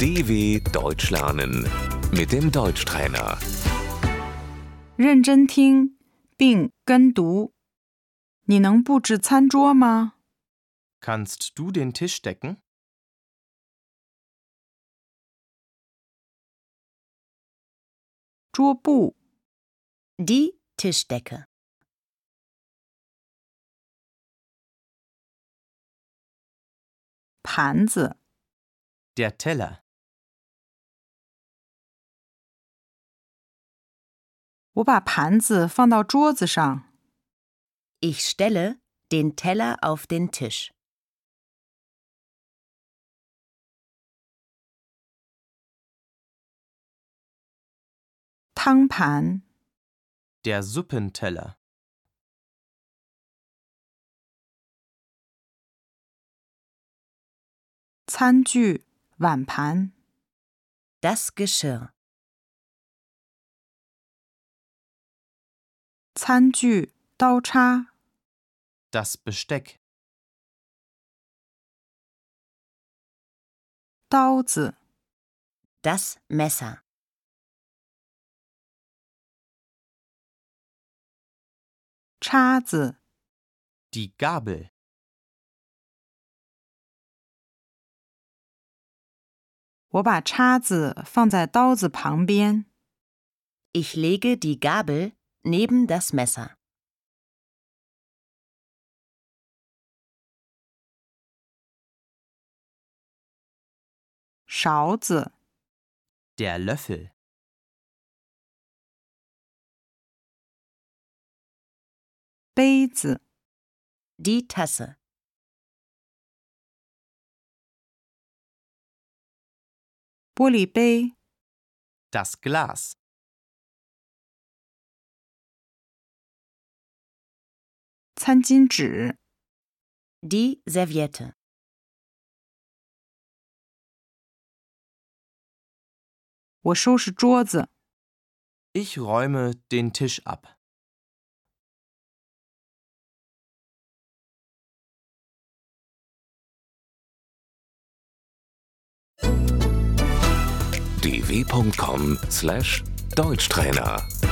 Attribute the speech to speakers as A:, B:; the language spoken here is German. A: DW Deutsch lernen mit dem Deutschtrainer.
B: 认真听并跟读。你能布置餐桌吗？
C: Kannst du den Tisch decken?
B: 桌布、
D: Die Tischdecke.
B: 盘子、
C: Der Teller.
B: 我把盘子放到桌子上。
D: Ich stelle den Teller auf den Tisch.
B: Tang 盘、
C: Der Suppenteller.
B: 餐具、碗盘、
D: Das Geschirr.
B: 餐具、刀叉、
C: Das Besteck.
B: 刀子、
D: Das Messer.
B: 叉子、
C: Die Gabel.
B: 我把叉子放在刀子旁边。
D: Ich lege die Gabel neben das Messer.
B: 勺子、
C: Der Löffel.
B: 杯子、
D: Die Tasse.
B: 玻璃杯、
C: Das Glas.
B: 餐巾纸、
D: Die Serviette.
B: 我收拾桌子，
C: Ich räume den Tisch ab.
A: dw.com/deutschtrainer